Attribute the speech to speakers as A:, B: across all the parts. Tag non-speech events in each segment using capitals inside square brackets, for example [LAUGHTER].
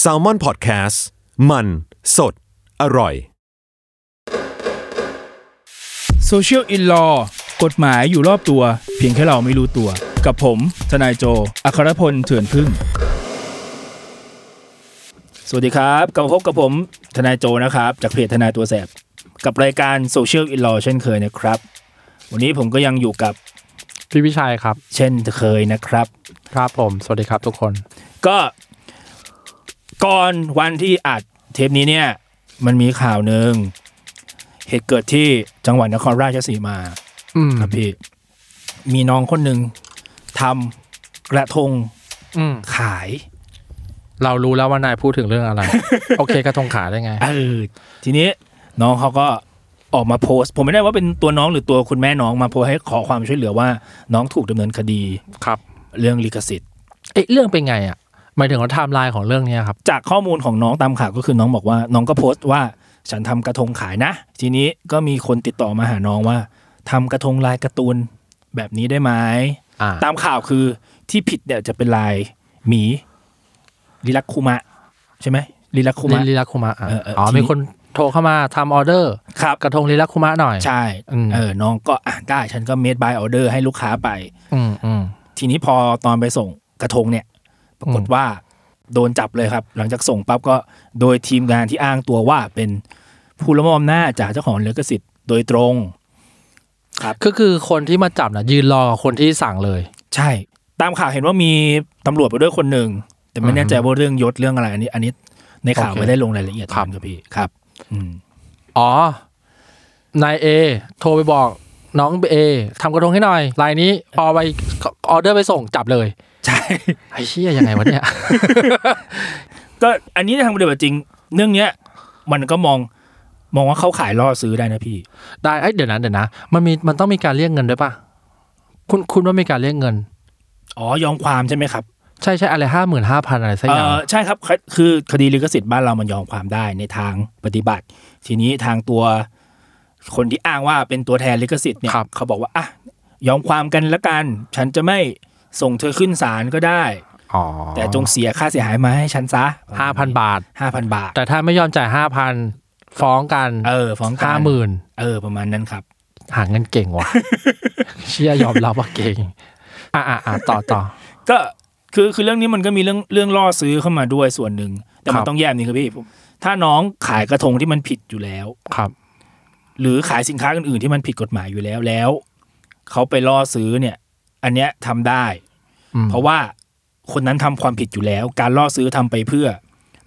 A: แซลมอนพอดแคสต์มันสดอร่อย
B: Social in Law กฎหมายอยู่รอบตัว เพียงแค่เราไม่รู้ตัว กับผม ทนายโจ อัครพลเถื่อนพึ่ง สวัสดีครับกลับมาพบกับผม ทนายโจนะครับ จากเพจทนายตัวแสบ กับรายการ Social in Law เช่นเคยนะครับ วันนี้ผมก็ยังอยู่กับ
C: พี่วิชัยครับ
B: เช่นเคยนะครับ
C: ครับผม สวัสดีครับทุกคน
B: ก็ก่อนวันที่อัดเทปนี้เนี่ย มันมีข่าวหนึ่งเหตุเกิดที่จังหวัดนครราชสีมา
C: อืม
B: ครับพี่มีน้องคนหนึ่งทำกระทง
C: อืม
B: ขาย
C: เรารู้แล้วว่านายพูดถึงเรื่อง [LAUGHS] อะไร โอเคกระทงขาได้ไง
B: เออทีนี้น้องเขาก็ออกมาโพสต์ ผมไม่ได้ว่าเป็นตัวน้องหรือตัวคุณแม่น้องมาโพสต์ให้ขอความช่วยเหลือว่า น้องถูกดำเนินคดี
C: ครับ
B: เรื่องลิขสิทธิ์
C: เอ๊ะเรื่องเป็นไงอ่ะ หมายถึงว่าไทม์ไลน์ของเรื่องเนี้ยครับ
B: จากข้อมูลของน้องตามข่าวก็คือน้องบอกว่า น้องก็โพสต์ว่าฉันทำกระทงขายนะ ทีนี้ก็มีคนติดต่อมาหาน้องว่าทำกระทงลายการ์ตูนแบบนี้ได้ไหม
C: อ่า
B: ตามข่าวคือที่ผิดเดี๋ยวจะเป็นลายหมีลิลักคุมะใช่ไหมลิลักคุ
C: ลิ
B: มะ
C: ลิลักคุมะอ่ะ
B: เออเออ
C: อ๋อ
B: ทีนี้
C: มีคนโทรเข้ามาทำออเดอร์
B: ครับ
C: กระทงลิลักคุมะหน่อย
B: ใช่
C: อืม
B: เออน้องก็อ่ะได้ฉันก็ made by order ให้ลูกค้าไป
C: อืมอืม
B: ทีนี้พอตอนไปส่งกระทงเนี่ย ปรากฏ
C: อืม
B: ว่าโดนจับเลยครับ หลังจากส่งปั๊บก็โดยทีมงานที่อ้างตัวว่าเป็นผู้ละเมอมหน้าจจากเจ้าของลิขสิทธิ์โดยตรง
C: ก็คือคนที่มาจับนะยืนรอกับคนที่สั่งเลย
B: ใช่ ตามข่าวเห็นว่ามีตำรวจไปด้วยคนหนึ่ง แต่ไม่แน่ใจว่าเรื่องยศเรื่องอะไร อันนี้ อันนี้ในข่าว
C: โอเค
B: ไม่ได้ลงรายละเอียด
C: ครับ
B: ครับพี่ครับ อืม
C: อ๋อ นายเอโทรไปบอกน้องเอทำกระทงให้หน่อยลายนี้พอไปออเดอร์ไปส่งจับเลย
B: ใช่
C: ไอ้เชี่ยยังไงวะเนี่ย
B: ก็อันนี้ในทางปฏิบัติจริง เรื่องเนี้ย มันก็มองมองว่าเขาขายล่อซื้อได้นะพี่
C: ได้เอ้ยเดี๋ยวนะเดี๋ยวนะ มันมีมันต้องมีการเรียกเงินด้วยป่ะ คุณคุณว่ามีการเรียกเงิน
B: อ๋อยอมความใช่ไหมครับ
C: ใช่ใช่อะไรห้าหมื่นห้าพันอะไรสัก
B: เอ
C: อย่าง
B: อใช่ครับคคือคดีลิขสิทธิ์บ้านเรามันยอมความได้ในทางปฏิบัติ ทีนี้ทางตัวคนที่อ้างว่าเป็นตัวแทนลิขสิทธิ์เนี่ย
C: ครับ
B: เขาบอกว่าอ่ะยอมความกันละกัน ฉันจะไม่ส่งเธอขึ้นศาลก็ได้
C: อ๋อ
B: แต่จงเสียค่าเสียหายมาให้ฉันซะ
C: ห้าพันบาท
B: ห้าพันบาท
C: แต่ถ้าไม่ยอมจ่ายห้าพันฟ้องกัน
B: เออฟ้องกั
C: ห้าหมื่น
B: เออประมาณนั้นครับ
C: หาเงินเก่งว่ะ [LAUGHS] เชื่อยอมรับว่าเก่ง อ่ะอ่ะอ่ะต่อต่อ
B: ก็คือคือเรื่องนี้มันก็มีเรื่องเรื่องล่อซื้อเข้ามาด้วยส่วนหนึ่ง แต่มั
C: คน รับ
B: ต้องแยกนี่ครับพี่ผมถ้าน้องขายกระทงที่มันผิดอยู่แล้ว
C: ครับ
B: หรือขายสินค้าอื่นๆที่มันผิดกฎหมายอยู่แล้วแล้ว เขาไปล่อซื้อเนี่ย อันเนี้ยทำได้
C: อืม
B: เพราะว่าคนนั้นทำความผิดอยู่แล้ว การล่อซื้อทำไปเพื่อ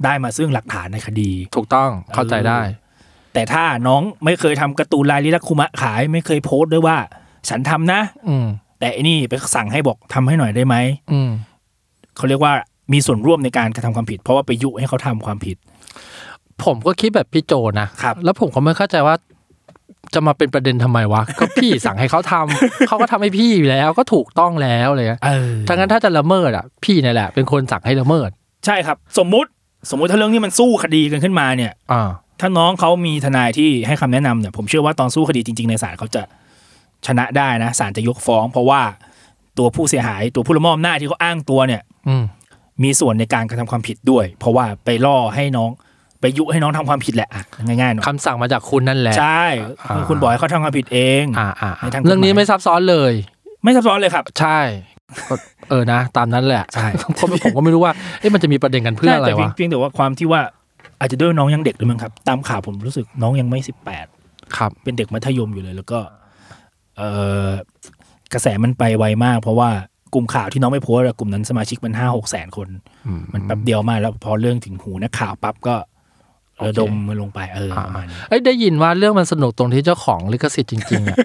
B: ได้มาซึ่งหลักฐานในคดี
C: ถูกต้องเข้าใจได้
B: แต่ถ้าน้องไม่เคยทำการ์ตูนลายลิลักคุมะขายไม่เคยโพสต์ด้วยว่า ฉันทำนะ
C: อืม
B: แต่ไอันนี้ไปสั่งให้บอกทำให้หน่อยได้ไหม
C: อืม
B: เขาเรียกว่ามีส่วนร่วมในการกระทำความผิด เพราะว่าไปยุให้เขาทำความผิด
C: ผมก็คิดแบบพี่โจนะ
B: ครับ
C: แล้วผมก็ไม่เข้าใจว่า จะมาเป็นประเด็นทำไมวะ [LAUGHS] ก็พี่สั่งให้เขาทำ เขาก็ทำให้พี่อยู่แล้ว ก็ถูกต้องแล้วอะไรเลย
B: เออ
C: ถ้างั้นถ้าจะละเมิดอ่ะพี่นี่แหละเป็นคนสั่งให้ละเมิด
B: ใช่ครับ สมมุติสมมุติถ้าเรื่องนี้มันสู้คดีกันขึ้นมาเนี่ย
C: อ่า
B: ถ้าน้องเขามีทนายที่ให้คำแนะนำเนี่ยผมเชื่อว่าตอนสู้คดีจริง ๆ ในศาลเขาจะชนะได้นะศาลจะยกฟ้อง เพราะว่าตัวผู้เสียหายตัวผู้ละเมอมหน้าจที่เขาอ้างตัวเนี่ย
C: อืม
B: มีส่วนในการกระทำความผิดด้วย เพราะว่าไปล่อให้น้อง ไปยุให้น้องทำความผิดแหละอ่ะง่ายๆหน่อย
C: คำสั่งมาจากคุณนั่นแหละ
B: ใช่
C: อ่า
B: คุณบอยเขาทำความผิดเอง
C: อ่าอ่า
B: ในทางกฎหมาย
C: เรื่องนี้ไม่ซับซ้อนเลย
B: ไม่ซับซ้อนเลยครับ
C: ใช่ก็เออนะ ตามนั้นแหละ
B: ใช่
C: [LAUGHS] ผมผมก็ไม่รู้ว่าเอ๊ะมันจะมีประเด็นกันเพื่ออะ
B: ใช่
C: ไร
B: แต่พียง
C: วะ
B: เพียงแต่ว่าความที่ว่าอาจจะด้วยน้องยังเด็กด้วยมั้งครับ ตามข่าวผมรู้สึกน้องยังไม่สิบแปด
C: ครับ
B: เป็นเด็กมัธยมอยู่เลย แล้วก็เออกระแสมันไปไวมาก เพราะว่ากลุ่มข่าวที่น้องไม่โพสต์อะกลุ่มนั้นสมาชิกมันห้าหกแสนคน
C: อืม
B: มันแป๊บเดียวมากแล้วพอเรื่องถึงหูนักข่าวปั๊บก็
C: โอเค
B: ระดมมันลงไปเออประมาณนี้
C: เอ้ยได้ยินว่าเรื่องมันสนุกตรงที่เจ้าของลิขสิทธิ์จริงๆอ่ะ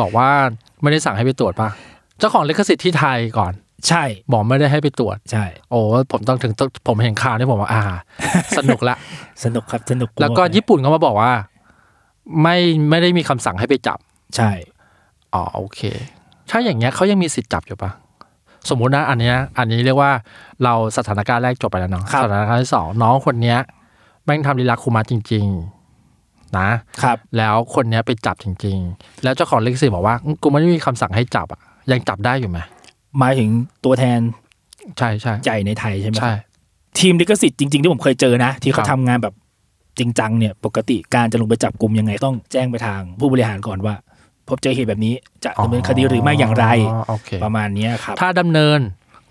C: บอกว่าไม่ได้สั่งให้ไปตรวจป่ะเจ้าของลิขสิทธิ์ที่ไทยก่อน
B: ใช่
C: บอกไม่ได้ให้ไปตรวจ
B: ใช่
C: โอ้ผมต้องถึงต้องผมเห็นข่าวนี่ผม
B: [LAUGHS]
C: ว่าอ่า สนุกละ
B: สนุกครับสนุก
C: แล้วก็
B: มา
C: ญี่ปุ่นก็มาบอกว่า ไม่ไม่ได้มีคำสั่งให้ไปจับ
B: ใช่
C: อ๋อโอเค ถ้าอย่างเงี้ยเขายังมีสิทธิ์จับอยู่ปะสมมุตินะอันเนี้ยอันนี้เรียกว่าเราสถานการณ์แรกจบไปแล้วเนาะสถานการณ์ที่สองน้องคนเนี้ยแม่งทำลีลาคุมาจริง ๆ นะ
B: ครับ
C: แล้วคนเนี้ยไปจับจริง ๆ แล้วเจ้าของลิขสิทธิ์บอกว่ากูไม่ได้มีคำสั่งให้จับอะยังจับได้อยู่ไหม
B: หมายถึงตัวแทน
C: ใช่ใช่
B: ใหญ่ในไทยใช่ไหมครับ
C: ใช่
B: ทีมลิขสิทธิ์จริงๆที่ผมเคยเจอนะ ที่เขา
C: ครับ
B: ทำงานแบบจริงจังเนี่ย ปกติการจะลงไปจับกลุ่มยังไงต้องแจ้งไปทางผู้บริหารก่อนว่า พบเจอเหตุแบบนี้จะดำเนินคดีหรือไม่อย่างไร
C: โอเค
B: ประมาณเนี้ยครับ
C: ถ้าดำเนิน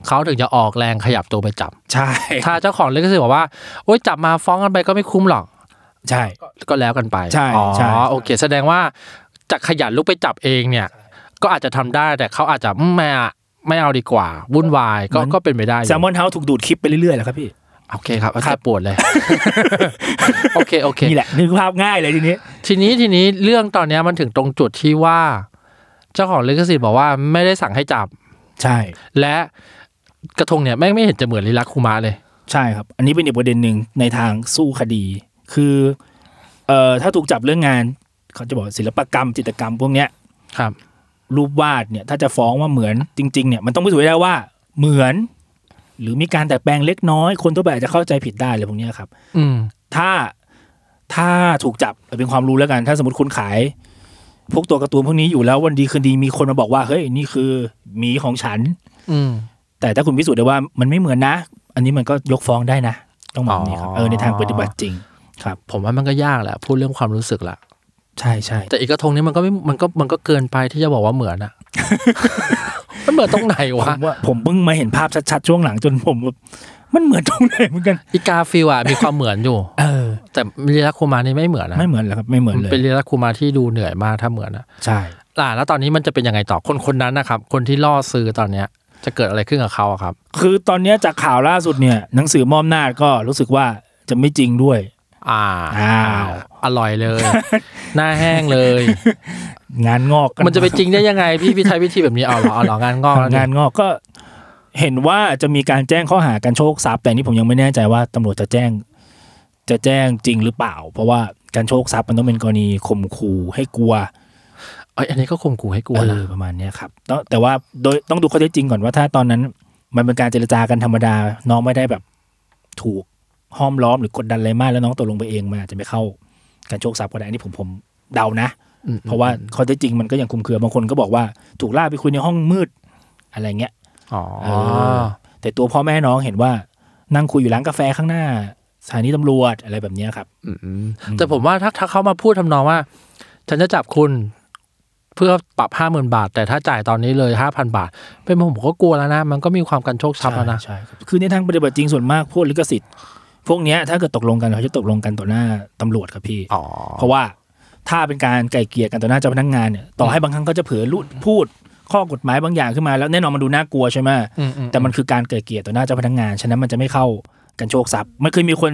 C: เขาถึงจะออกแรงขยับตัวไปจับ
B: ใช่
C: ถ้าเจ้าของลิขสิทธิ์บอกว่าโอ๊ยจับมาฟ้องกันไปก็ไม่คุ้มหรอก
B: ใช่
C: ก็แล้วกันไป
B: ใช่
C: อ๋อ
B: ใช่
C: โอเค แสดงว่าจะขยันลุกไปจับเองเนี่ย ก็อาจจะทำได้แต่เขาอาจจะอืมไม่อะไม่เอาดีกว่า วุ่นวายก็ก็เป็นไปได้อยู่
B: แซมมอนเฮาถูกดูดคลิปไปเรื่อยๆแหละครับพี่
C: โอเคครับเอาเจ็บปวดเลย โอเคโอเค
B: นี่แหละนึกภาพง่ายเลยทีนี้
C: ทีนี้ทีนี้เรื่องตอนเนี้ยมันถึงตรงจุดที่ว่า เจ้าของลิขสิทธิ์บอกว่าไม่ได้สั่งให้จับ
B: ใช่
C: และกระทงเนี่ยแม่งไม่เห็นจะเหมือนลิลักคุมาเลย
B: ใช่ครับ อันนี้เป็นอีกประเด็นหนึ่งในทางสู้คดี คือ เอ่อถ้าถูกจับเรื่องงาน เขาจะบอกศิลปกรรมจิตรกรรมพวกเนี้ย
C: ครับ
B: รูปวาดเนี่ยถ้าจะฟ้องว่าเหมือนจริงๆเนี่ยมันต้องพิสูจน์ให้ได้ว่าเหมือน หรือมีการแต่แปลงเล็กน้อย คนทั่วไปอาจจะเข้าใจผิดได้เลยพวกเนี้ยครับ
C: อืม
B: ถ้าถ้าถูกจับเอาเป็นความรู้แล้วกัน ถ้าสมมติคุณขาย พวกตัวการ์ตูนพวกนี้อยู่แล้ววันดีคืนดีมีคนมาบอกว่าเฮ้ยนี่คือหมีของฉัน
C: อืม
B: แต่ถ้าคุณพิสูจน์ได้ว่ามันไม่เหมือนนะ อันนี้มันก็ยกฟ้องได้นะ ต้องมองนี้ครับ
C: อ๋อ
B: เออในทางปฏิบัติจริงครับ
C: ผมว่ามันก็ยากแหละพูดเรื่องความรู้สึกละ
B: ใช่ใช่
C: แต่อีกกระทงเนี้มันก็ไม่มันก็มันก็เกินไปที่จะบอกว่าเหมือนอะ [LAUGHS] มันเหมือนตรงไหน
B: ผ
C: วะ
B: มว่าผมเพิ่งมาเห็นภาพชัดๆช่วงหลังจนผมแบบมันเหมือนตรงไหนเหมือนกัน
C: อีกาฟิลอะมีความเหมือนอยู่
B: เออ
C: แต่ลิลักคุมานี่ไม่เหมือนนะ
B: ไม่เหมือนเหรอครับไม่เหมือนเลย
C: เป็นลิลักคุมาที่ดูเหนื่อยมากถ้าเหมือนอะ
B: ใช่
C: ล่ะแล้วตอนนี้มันจะเป็นยังไงต่อคนคนนั้นนะครับ คนที่ล่อซื้อตอนเนี้ย จะเกิดอะไรขึ้นกับเขาอะครับ
B: คือตอนเนี้ยจากข่าวล่าสุดเนี่ยหนังสือมอมนาจก็รู้สึกว่าจะไม่จริงด้วย
C: อ่า
B: อ้าว
C: อร่อยเลย หน้าแห้งเลย
B: งานงอกกั
C: มันจะไปจริงได้ยังไงพี่พี่ใช้วิธีแบบนี้เอาเหรอเอาเหรองานงอกแล้ว
B: งานงอกก็ เห็นว่าจะมีการแจ้งข้อหาการโชคทรัพย์แต่นี่ผมยังไม่แน่ใจว่าตำรวจจะแจ้ง จะแจ้งจริงหรือเปล่า เพราะว่าการโชคทรัพย์มันต้องเป็นกรณีข่มขู่ให้กลัว
C: เอ้ยอันนี้ก็ข่มขู่ให้กลัว
B: เอ
C: นะ
B: อประมาณเนี้ยครับต้องแต่ว่าโดยต้องดูข้อเท็จจริงก่อนว่าถ้าตอนนั้น มันเป็นการเจรจากันธรรมดา น้องไม่ได้แบบ ถูกห้อมล้อมหรือกดดันอะไรมากแล้วน้องตกลงไปเองมันอาจจะไม่เข้าการโชคทรัพย์ก็ได้อันนี้ผมผมเดานะ
C: อืม
B: เพราะว่าข้อเท็จจริงมันก็ยังคลุมเครือบางคนก็บอกว่าถูกล่าไปคุยในห้องมืดอะไรเงี้ย
C: อ๋อ
B: เออ แต่ตัวพ่อแม่น้องเห็นว่านั่งคุยอยู่ร้านกาแฟข้างหน้าสถานีตำรวจอะไรแบบเนี้ยครับ
C: อืมแต่ผมว่าถ้าถ้าเขามาพูดทำนองว่า ฉันจะจับคุณเพื่อปรับห้าหมื่นบาท แต่ถ้าจ่ายตอนนี้เลยห้าพันบาท เป็นผมผมก็กลัวแล้วนะ มันก็มีความกันโชคชับแล้วนะ
B: ใช่ครับคือในทางปฏิบัติจริงส่วนมากพวกลิขสิทธิ์ พวกเนี้ยถ้าเกิดตกลงกันเขาจะตกลงกันต่อหน้าตำรวจครับพี่
C: อ๋อ
B: เพราะว่าถ้าเป็นการไกล่เกลี่ยกันต่อหน้าเจ้าพนักงานเนี่ยต่อให้บางครั้งก็จะเผลอลุดพูดข้อกฎหมายบางอย่างขึ้นมาแล้วแน่นอนมันดูน่ากลัวใช่ไหม
C: อืมอืม
B: แต่มันคือการไกล่เกลี่ยต่อหน้าเจ้าพนักงาน ฉะนั้นมันจะไม่เข้ากันโชคทรัพย์มันเคยมีคน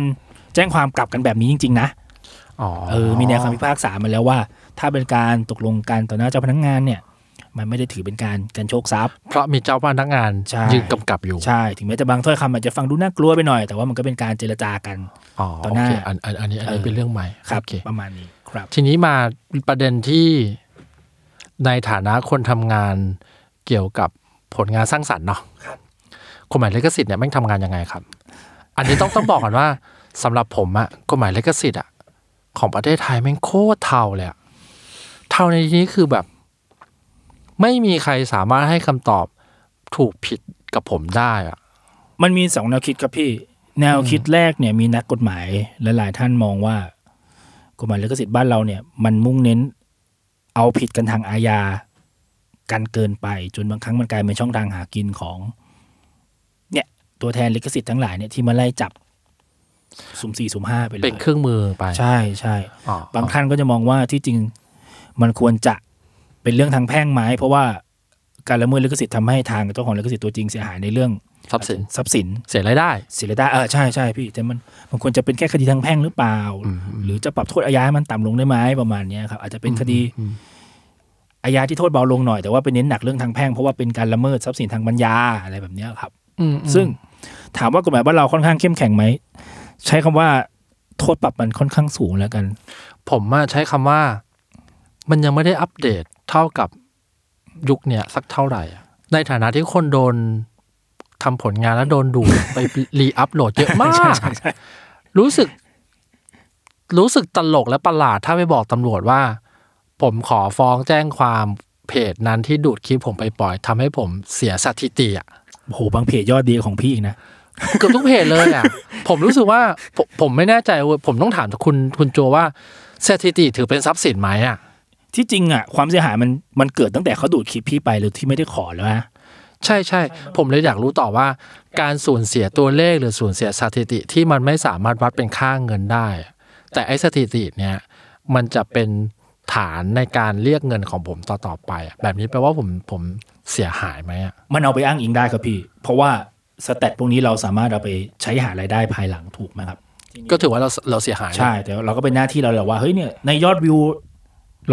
B: แจ้งความกลับกันแบบนี้จริงๆนะ
C: อ๋อ
B: เออมีแนวคำพิพากษามาแล้วว่า ถ้าเป็นการตกลงกันต่อหน้าเจ้าพนักงานเนี่ย มันไม่ได้ถือเป็นการกันโชคทรัพย์
C: เพราะมีเจ้าพนักงาน
B: ใช่
C: ยืนกำกับอยู่
B: ใช่ถึงแม้จะบางถ้อยคำอาจจะฟังดูน่ากลัวไปหน่อย แต่ว่ามันก็เป็นการเจรจากัน
C: อ๋อ
B: ต่อ
C: โอ
B: หน้า
C: เคอันอันอันนี้อันนี้
B: เออ
C: เป็นเรื่องใหม่
B: ครับ
C: โอเค
B: ประมาณนี้ครับ
C: ทีนี้มาประเด็นที่ในฐานะคนทำงานเกี่ยวกับผลงานสร้างสรรค์เนาะ
B: ครับ
C: กฎหมายลิขสิทธิ์เนี่ยแม่งทำงานยังไงครับ อันนี้ต้อง ต้องบอกก่อนว่าสำหรับผมอะกฎหมายลิขสิทธิ์อะของประเทศไทยแม่งโคตรเทาเลยอะเทาในที่นี้คือแบบ ไม่มีใครสามารถให้คำตอบถูกผิดกับผมได้อะ
B: มันมีสองแนวคิดครับพี่ แนวคิดแรกเนี่ยมีนักกฎหมายลหลายๆท่านมองว่ากฎหมายลิขสิทธิ์บ้านเราเนี่ย มันมุ่งเน้นเอาผิดกันทางอาญากันเกินไป จนบางครั้งมันกลายเป็นช่องทางหากินของ เนี่ย ตัวแทนลิขสิทธิ์ทั้งหลายเนี่ยที่มาไล่จับสุ่มสี่สุ่มห้าไปเล
C: เป็น
B: ย
C: เครื่องมือไป
B: ใช่ใช่
C: อ๋อบ
B: างท่านก็จะมองว่าที่จริงมันควรจะเป็นเรื่องทางแพ่งไหมเพราะว่าการละเมิดลิขสิทธิ์ทำให้ทางเจ้าของลิขสิทธิ์ตัวจริงเสียหายในเรื่อง
C: ทรัพย์สิน
B: ทรัพย์สิน
C: เสียรายได้
B: ศิลดาเออใช่ใช่พี่แต่มันมันควรจะเป็นแค่คดีทางแพ่งหรือเปล่า หรือจะปรับโทษอาญาให้มันต่ำลงได้ไหมประมาณเนี้ยครับอาจจะเป็นคดีอาญาที่โทษเบาลงหน่อยแต่ว่าไปเน้นหนักเรื่องทางแพ่งเพราะว่าเป็นการละเมิดทรัพย์สินทางปัญญาอะไรแบบเนี้ยครับ
C: อืม
B: ซึ่งถามว่ากฎหมายบ้านเราค่อนข้างเข้มแข็งไหมใช้คำว่าโทษปรับมันค่อนข้างสูงแล้วกัน
C: ผมอะใช้คำว่า มันยังไม่ได้อัปเดตเท่ากับยุคเนี้ยสักเท่าไหร่อะในฐานะที่คนโดนทำผลงานแล้วโดนดูด ไปรีอัพโหลดเยอะมาก รู้สึก รู้สึกตลกและประหลาดถ้าไปบอกตำรวจว่า ผมขอฟ้องแจ้งความเพจนั้นที่ดูดคลิปผมไปปล่อยทำให้ผมเสียสถิติอะ
B: โอ้โหบางเพจยอดดีของพี่อีกนะ
C: เกือบทุกเพจเลยอ่ะ ผมรู้สึกว่าผมผมไม่แน่ใจเว้ยผมต้องถามคุณคุณโจว่าสถิติถือเป็นทรัพย์สินไหมอ่ะ
B: ที่จริงอ่ะความเสียหายมันมันเกิดตั้งแต่เขาดูดคลิปพี่ไปหรือที่ไม่ได้ขอแล้วนะ
C: ใช่ใช่ผมเลยอยากรู้ต่อว่า การสูญเสียตัวเลขหรือสูญเสียสถิติที่มันไม่สามารถวัดเป็นค่าเงินได้ แต่ไอ้สถิติเนี่ยมันจะเป็นฐานในการเรียกเงินของผมต่อต่อไปอะแบบนี้แปลว่าผมผมเสียหายไหมอ่ะ
B: มันเอาไปอ้างอิงได้ครับพี่ เพราะว่าสแตทพวกนี้เราสามารถเอาไปใช้หารายได้ภายหลังถูกไหมครับ
C: ก็ถือว่าเราเราเสียหายนะ
B: ใช่ แต่เราก็เป็นหน้าที่เราแหละว่าเฮ้ยเนี่ยในยอดวิว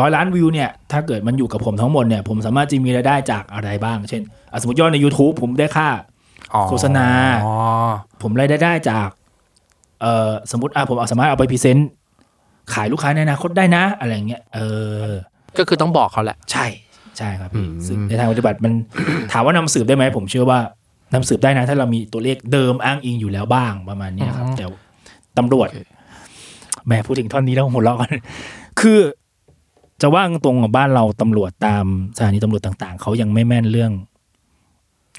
B: ร้อยล้านวิวเนี่ยถ้าเกิดมันอยู่กับผมทั้งหมดเนี่ยผมสามารถจะมีรายได้จากอะไรบ้าง เช่นอ่ะสมมติยอดใน YouTube ผมได้ค่า
C: อ๋อ
B: โฆษณา
C: อ๋อ
B: ผมรายได้จากเอ่อสมมติอ่ะผมเอาสามารถเอาไปพรีเซนต์ขายลูกค้าในอนาคตได้นะ อะไรอย่างเงี้ยเออ
C: ก็คือต้องบอกเขาแหละ
B: ใช่ใช่ครับ
C: อื
B: พี่
C: ม
B: ซึ่งในทางปฏิบัติมัน [COUGHS] ถามว่านำสืบได้ไหมผมเชื่อว่านำสืบได้นะ ถ้าเรามีตัวเลขเดิมอ้างอิงอยู่แล้วบ้างประมาณเนี้ยครับ แต่ตำรวจแหมพูดถึงท่อนนี้แล้วหัวเราะกัน [COUGHS] คือ จะว่างตรงกับบ้านเราตำรวจตามสถานีตำรวจต่าง ๆ เขายังไม่แม่นเรื่อง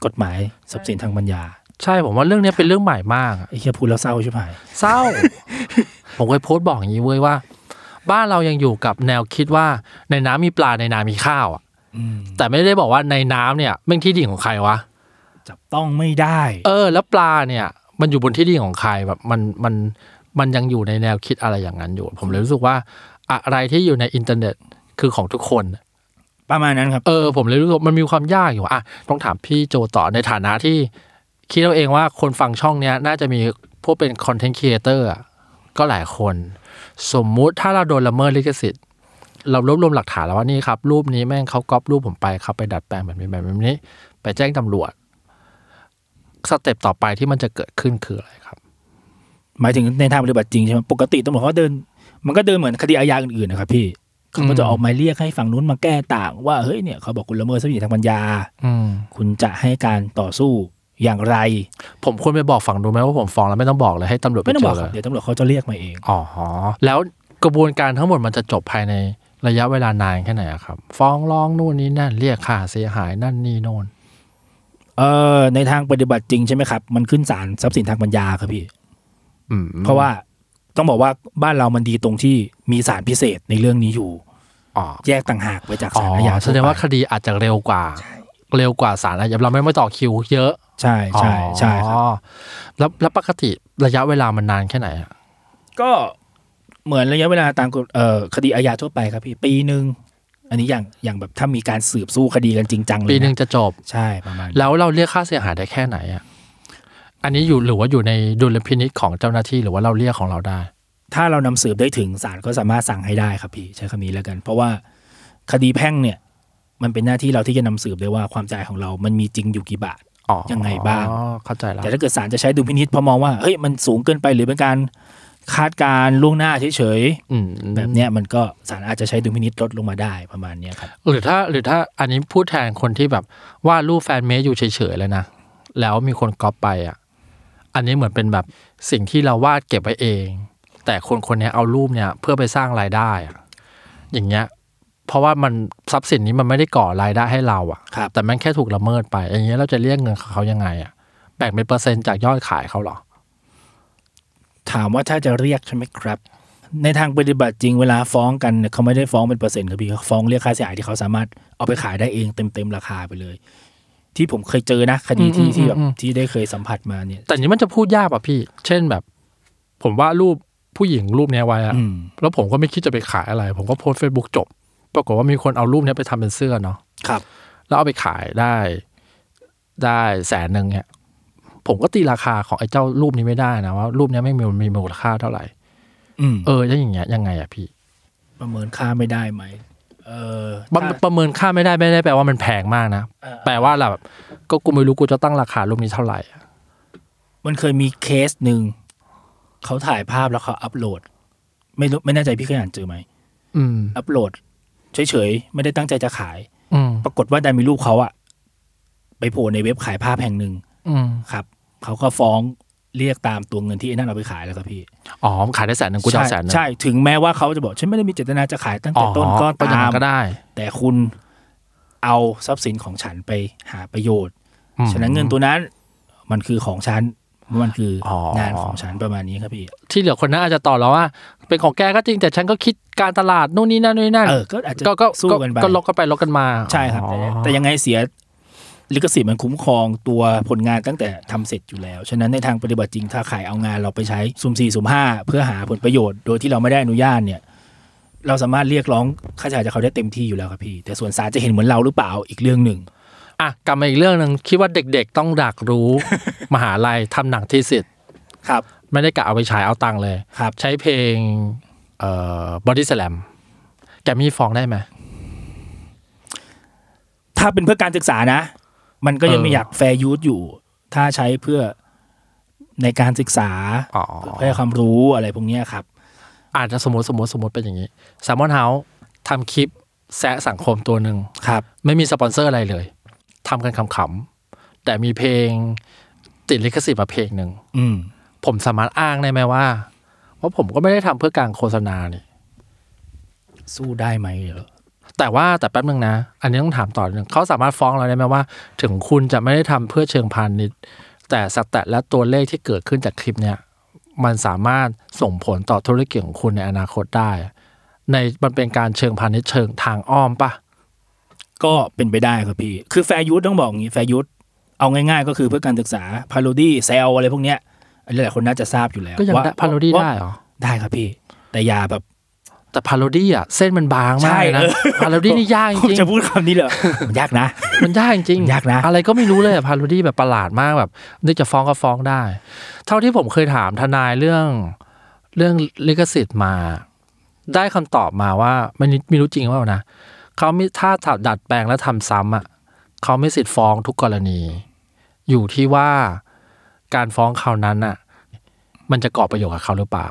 B: กฎหมายทรัพย์สินทางปัญญา
C: ใช่ผมว่าเรื่องเนี้ยเป็นเรื่องใหม่มากอะ
B: ไอ้เหี้ยพูดแล้วเศร้าชิบหาย [LAUGHS]
C: เศร้า ผมเคยโพสต์บอกอย่างนี้เว้ยว่า บ้านเรายังอยู่กับแนวคิดว่าในน้ำมีปลาในนามีข้าวอะ
B: อืม
C: แต่ไม่ได้บอกว่าในน้ำเนี่ยแม่งที่ดินของใครวะ
B: จับต้องไม่ได้
C: เออ แล้วปลาเนี่ย มันอยู่บนที่ดินของใครแบบมันมันมันยังอยู่ในแนวคิดอะไรอย่างนั้นอยู่ ผมเลยรู้สึกว่าอะไรที่อยู่ในอินเทอร์เน็ตคือของทุกคน
B: ประมาณนั้นครับ
C: เออ ผมเลยรู้สึกว่ามันมีความยากอยู่อ่ะต้องถามพี่โจต่อในฐานะที่ คิดเอาเองว่าคนฟังช่องเนี้ยน่าจะมีพวกเป็นคอนเทนต์ครีเอเตอร์ก็หลายคน สมมุติถ้าเราโดนละเมิดลิขสิทธิ์ เรารวบรวมหลักฐานแล้วว่านี่ครับ รูปนี้แม่งเขาก๊อปรูปผมไปเขาไปดัดแปลงแบบนี้แบบนี้ ไปแจ้งตำรวจสเต็ปต่อไปที่มันจะเกิดขึ้นคืออะไรครับ
B: หมายถึงในทางปฏิบัติจริงใช่ไหมปกติตำรวจเขาก็เดิน มันก็เดินเหมือนคดีอาญาอื่นๆนะครับพี่เขาก็จะออกหมายเรียกให้ฝั่งนู้นมาแก้ต่าง ว่าเฮ้ยเนี่ยเขาบอกคุณละเมิดทรัพย์สินทางปัญญา
C: อืม
B: คุณจะให้การต่อสู้อย่างไร
C: ผมควรไปบอกฝั่งดูนไหมว่าผมฟ้องแล้วไม่ต้องบอกเลยให้ตำรวจไป
B: ไม่ต้อง
C: เจ
B: บอก
C: อ
B: ค
C: เล
B: รับ
C: ย
B: เดี๋ยวตำรวจเขาจะเรียกมาเอง
C: อ๋อ แล้วกระบวนการทั้งหมดมันจะจบภายในระยะเวลานานแค่ไหนอะครับ ฟ้องร้องนู่นนี่นั่นเรียกค่าเสียหายนั่นนี่โน่น
B: เออในทางปฏิบัติจริงใช่ไหมครับ มันขึ้นศาลทรัพย์สินทางปัญญาครับพี่
C: อืม
B: เพราะว่าต้องบอกว่าบ้านเรามันดีตรงที่มีศาลพิเศษในเรื่องนี้อยู่
C: อ๋อ
B: แยกต่างหากไปจาก
C: อ๋อ
B: ศาลอาญา
C: แสดงว่าคดีอาจจะเร็วกว่า เร็วกว่าศาลอาญาเราไม่ไม่ต่อคิวเยอะ
B: ใช่ใช่ใช่ครับ
C: อ๋อแล้วแล้วปกติระยะเวลามันนานแค่ไหนอะ
B: ก็เหมือนระยะเวลาตามกฎเอ่อคดีอาญาทั่วไปครับพี่ปีหนึ่งอันนี้อย่างอย่างแบบถ้ามีการสืบสู้คดีกันจริงจังเลยะ
C: ปีหนึ่งจะจบ
B: ใช่ประมาณ
C: แล้วเราเรียกค่าเสียหายได้แค่ไหนอะอันนี้อยู่หรือว่าอยู่ในดุลพินิจของเจ้าหน้าที่หรือว่าเราเรียกของเราได้
B: ถ้าเรานำสืบได้ถึงศาลก็สามารถสั่งให้ได้ครับพี่ใช้คำนี้แล้วกัน เพราะว่าคดีแพ่งเนี่ย มันเป็นหน้าที่เราที่จะนำสืบได้ว่าความจ่ายของเรา มันมีจริงอยู่กี่บาท
C: อ๋อ
B: ยังไงบ้าง
C: อ๋อเข้าใจแล้ว
B: แต่ถ้าเกิดศาลจะใช้ดุลพินิษพอมองว่าเฮ้ยมันสูงเกินไปหรือเป็นการคาดการณ์ล่วงหน้าเฉย
C: อืม
B: ๆแบบเนี้ยมันก็ศาลอาจจะใช้ดุลพินิษลดลงมาได้ประมาณเนี้ยครับ
C: หรือถ้าหรือถ้าอันนี้พูดแทนคนที่แบบวาดรูปแฟนเมสอยู่เฉยๆเลยนะ แล้วมีคนก๊อปไปอ่ะ อันนี้เหมือนเป็นแบบสิ่งที่เราวาดเก็บไว้เอง แต่คนคนเนี้ยเอารูปเนี่ยเพื่อไปสร้างรายได้อะอย่างเงี้ย เพราะว่ามันทรัพย์สินนี้มันไม่ได้ก่อรายได้ให้เราอ่ะ
B: ครับ
C: แต่มันแค่ถูกละเมิดไป อย่างเงี้ยเราจะเรียกเงินเขายังไงอ่ะแบ่งเป็นเปอร์เซ็นต์จากยอดขายเขาเหรอ
B: ถามว่าถ้าจะเรียกใช่ไหมครับ ในทางปฏิบัติจริงเวลาฟ้องกันเนี่ยเขาไม่ได้ฟ้องเป็นเปอร์เซ็นต์ครับพี่เขาฟ้องเรียกค่าเสียหายที่เขาสามารถเอาไปขายได้เองเต็มเต็มๆราคาไปเลย ที่ผมเคยเจอนะคดีที่
C: อืมอืม
B: ที่แบบ
C: อืม
B: ที่ได้เคยสัมผัสมาเนี่ย
C: แต่อันนี้มันจะพูดยากป่ะพี่ เช่นแบบ ผมวาดรูปผู้หญิงรูปเนี้ยไว้อ่ะ
B: อืม
C: แล้วผมก็ไม่คิดจะไปขายอะไร ผมก็โพสเฟซบุ๊กจบ ปรากฏว่ามีคนเอารูปเนี้ยไปทำเป็นเสื้อเนาะ
B: ครับ
C: แล้วเอาไปขายได้ ได้แสนหนึ่งเนี่ย ผมก็ตีราคาของไอ้เจ้ารูปนี้ไม่ได้นะว่ารูปเนี้ยไม่มีมีมูลค่าเท่าไหร่
B: อืม
C: เออแล้วอย่างเงี้ยยังไงอะพี่
B: ประเมินค่าไม่ได้ไหมเออ
C: บัง
B: ถ้า
C: ประเมินค่าไม่ได้ไม่ได้แปลว่ามันแพงมากนะ
B: เออ
C: แปลว่าแบบก็กูไม่รู้กูจะตั้งราคารูปนี้เท่าไหร่อะ
B: มันเคยมีเคสหนึ่งเขาถ่ายภาพแล้วเขาอัพโหลด ไม่รู้ไม่แน่ใจพี่เคยอ่านเจอไหม
C: อืม
B: อัพโหลดเฉยๆไม่ได้ตั้งใจจะขาย
C: อืม
B: ปรากฏว่าดันมีรูปเขาอะไปโผล่ในเว็บขายภาพแห่งหนึ่ง
C: อืม
B: ครับเขาก็ฟ้องเรียกตามตัวเงินที่ไอ้นั่นเอาไปขายแล้วครับพี่
C: อ๋อขายได้แสนหนึ่งกูจะ
B: ใช่
C: เอาแสนหนึ่ง
B: ใช่ถึงแม้ว่าเขาจะบอกฉันไม่ได้มีเจตนาจะขายตั้ง
C: อ๋อ
B: แต่ต้นก็
C: ก็ยัง
B: ตา
C: ไง
B: ม
C: ก็ได้
B: แต่คุณเอาทรัพย์สินของฉันไปหาประโยชน์
C: อืม
B: ฉะนั้นเงินตัวนั้น มันคือของฉันมันคืออ
C: อ
B: งานของฉันประมาณนี้ครับพี่
C: ที่เหลือคนนั้นอาจจะต่อแล้วว่า เป็นของแกก็จริงแต่ฉันก็คิดการตลาดนู่นนี่นั่นนู่นนี่นั่น
B: เออก็อาจจะ
C: ก็ก็
B: สู้กันไป
C: ก็ลกกันไปลกกันมา
B: ใช่ครับ
C: อ๋อ
B: แต่แต่ยังไงเสียลิขสิทธิ์มันคุ้มครองตัวผลงานตั้งแต่ทำเสร็จอยู่แล้ว ฉะนั้นในทางปฏิบัติจริงถ้าขายเอางานเราไปใช้สุ่มสี่สุ่มห้าเพื่อหาผลประโยชน์โดยที่เราไม่ได้อนุญาตเนี่ย เราสามารถเรียกร้องค่าใช้จ่ายจากเขาได้เต็มที่อยู่แล้วครับพี่ แต่ส่วนศาลจะเห็นเหมือนเราหรือเปล่าอีกเรื่องหนึ่ง
C: อ่ะกลับมาอีกเรื่องหนึ่งคิดว่าเด็กๆต้องดักรู้ มหาลัยทำหนังทีสิทธิ์
B: ครับ
C: ไม่ได้กะเอาไปฉายเอาตังค์เลย
B: ครับ
C: ใช้เพลงเอ่อบอดี้สแลมแกมมี่ฟ้องได้ไหม
B: ถ้าเป็นเพื่อการศึกษานะ มันก็ยัง
C: เออ
B: มีอยากแฟร์ยูสอยู่ ถ้าใช้เพื่อในการศึกษา
C: อ๋อ
B: เพื่อให้ความรู้อะไรพวกเนี้ยครับ
C: อาจจะสมมติสมมติสมมติเป็นอย่างนี้แซมมอนเฮาส์ทำคลิปแซะสังคมตัวหนึ่ง
B: ครับ
C: ไม่มีสปอนเซอร์อะไรเลยทำกันขำๆแต่มีเพลงติดลิขสิทธิ์มาเพลงหนึ่ง
B: อืม
C: ผมสามารถอ้างได้ไหมว่าว่าผมก็ไม่ได้ทำเพื่อการโฆษณานี่
B: สู้ได้ไหมเหรอ
C: แต่ว่าแต่แป๊บนึงนะ อันนี้ต้องถามต่อนิดนึงเขาสามารถฟ้องเราได้ไหมว่า ถึงคุณจะไม่ได้ทำเพื่อเชิงพาณิชย์ แต่สแตทและตัวเลขที่เกิดขึ้นจากคลิปเนี่ย มันสามารถส่งผลต่อธุรกิจของคุณในอนาคตได้ ในมันเป็นการเชิงพาณิชย์เชิงทางอ้อมปะ
B: ก็เป็นไปได้ครับพี่ คือแฟร์ยูสต้องบอกอย่างนี้แฟร์ยูสเอาง่ายๆ ก็คือเพื่อการศึกษาพาโรดี้แซลอะไรพวกเนี้ยอันนี้หลายคนน่าจะทราบอยู่แล้ว
C: ก็ยัง
B: ว่
C: ได้พาโรดี้
B: ว่
C: ได้เหรอ
B: ได้ครับพี่ แต่อยาแบบ
C: แต่พาโรดี้อ่ะ เส้นมันบางมากเลยนะ
B: ใช่เออ
C: พาโรดี้นี่ยากจ
B: ผม
C: ริง
B: จะพูดคำนี้เหรอ มันยากนะ
C: ๆมันยากจริง
B: ยากนะ
C: อะไรก็ไม่รู้เลยอะพาโรดี้แบบประหลาดมากแบบนึกจะฟ้องก็ฟ้องได้ เท่าที่ผมเคยถามทนายเรื่องเรื่องลิขสิทธิ์มา ได้คำตอบมาว่าไม่นิไม่รู้จริงหรือเปล่านะเขาไม่ถ้าดัดแปลงแล้วทำซ้ำอ่ะเขาไม่สิทธิ์ฟ้องทุกกรณี อยู่ที่ว่าการฟ้องคราวนั้นอ่ะ มันจะก่อประโยชน์กับเขาหรือเปล่า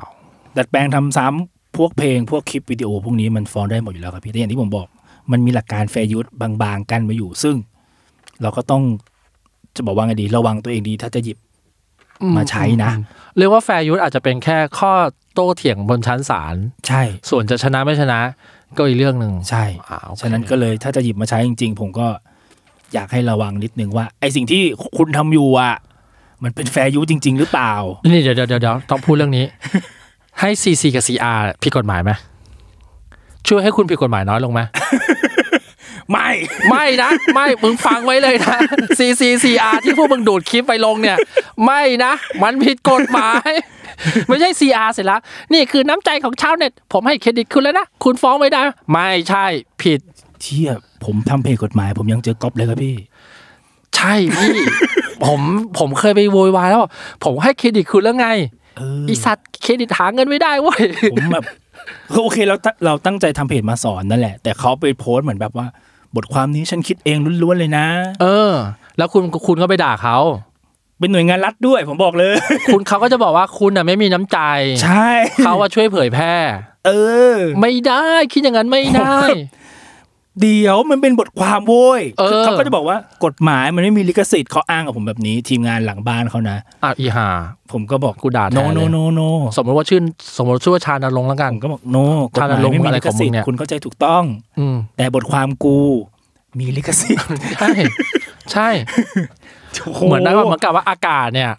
B: ดัดแปลงทำซ้ำพวกเพลงพวกคลิปวิดีโอพวกนี้มันฟ้องได้หมดอยู่แล้วครับพี่แต่อย่างที่ผมบอก มันมีหลักการแฟร์ยูสบางๆกันมาอยู่ ซึ่ง เราก็ต้องจะบอกว่าไงดีระวังตัวเองดี ถ้าจะหยิบ มาใช้นะ
C: อืมเรียกว่าแฟร์ยุทธอาจจะเป็นแค่ข้อโต้เถียงบนชั้นศาล
B: ใช่
C: ส่วนจะชนะไม่ชนะก็อีกเรื่องหนึ่ง
B: ใช่
C: อ่าโอเค
B: ฉะนั้นก็เลยถ้าจะหยิบมาใช้จริง ๆ ผมก็อยากให้ระวังนิดนึงว่า ไอสิ่งที่คุณทำอยู่อ่ะ มันเป็นแฟร์ยูจริง ๆ หรือเปล่า
C: นี่เดี๋ยวเดี๋ยวเดี๋ยวเดี๋ยวต้องพูดเรื่องนี้ ให้ CC กับ CR ผิดกฎหมายไหมช่วยให้คุณผิดกฎหมายน้อยลงไหม
B: ไม่
C: ไม่นะ ไม่มึงฟังไว้เลยนะ CC CR ที่พวกมึงดูดคลิปไปลงเนี่ย ไม่นะ มันผิดกฎหมาย ไม่ใช่ CR เสร็จแล้วนี่คือน้ำใจของชาวเน็ต ผมให้เครดิตคุณแล้วนะ คุณฟ้องไม่ได้ ไม่ใช่ผิด
B: เชี่ยผมทำเพจกฎหมาย ผมยังเจอก๊อปเลยครับพี่
C: ใช่พี่ ผมผมเคยไปโวยวายแล้วบอกผมให้เครดิตคุณแล้วไง
B: เออ
C: ไอีสัตว์เครดิตหาเงินไม่ได้เว้ย
B: ผมแบบ [LAUGHS] คือโอเคเราตั้งเราตั้งใจทำเพจมาสอนนั่นแหละ แต่เขาไปโพสต์เหมือนแบบว่า บทความนี้ฉันคิดเองล้วนๆเลยนะ
C: เออ แล้วคุณคุณก็ไปด่าเขา
B: เป็นหน่วยงานรัฐด้วยผมบอกเลย
C: คุณเขาก็จะบอกว่าคุณน่ะไม่มีน้ำใจ
B: ใช่
C: เขาว่าช่วยเผยแพร่
B: เออ
C: ไม่ได้คิดอย่างนั้นไม่ได้
B: [LAUGHS] เดี๋ยวมันเป็นบทความโว้ย
C: เออ
B: คือเขาก็จะบอกว่ากฎหมายมันไม่มีลิขสิทธิ์เขาอ้างกับผมแบบนี้ ทีมงานหลังบ้านเขานะ
C: อ่ะอีหา
B: ผมก็บอก
C: กูด่าแทน
B: โนโน
C: เลย
B: โนโน
C: สมมติว่าชื่อสมมติชื่อว่าชาญนรงค์แล้วกัน
B: ผมก็บอกโนกฎ
C: ถ้า
B: ห
C: จะ
B: มาย
C: ลง
B: ไม่มี
C: อะไร
B: ลิ
C: ข
B: ข
C: องมึ
B: สิท
C: ง
B: ธิ์
C: เนี่ย
B: คุณเข้าใจถูกต้อง
C: อืม
B: แต่บทความกูมีลิข
C: [LAUGHS]
B: สิทธิ์
C: ใช่ ใช่ เหมือนนะว่าเหมือนกับว่าอากาศเนี่ย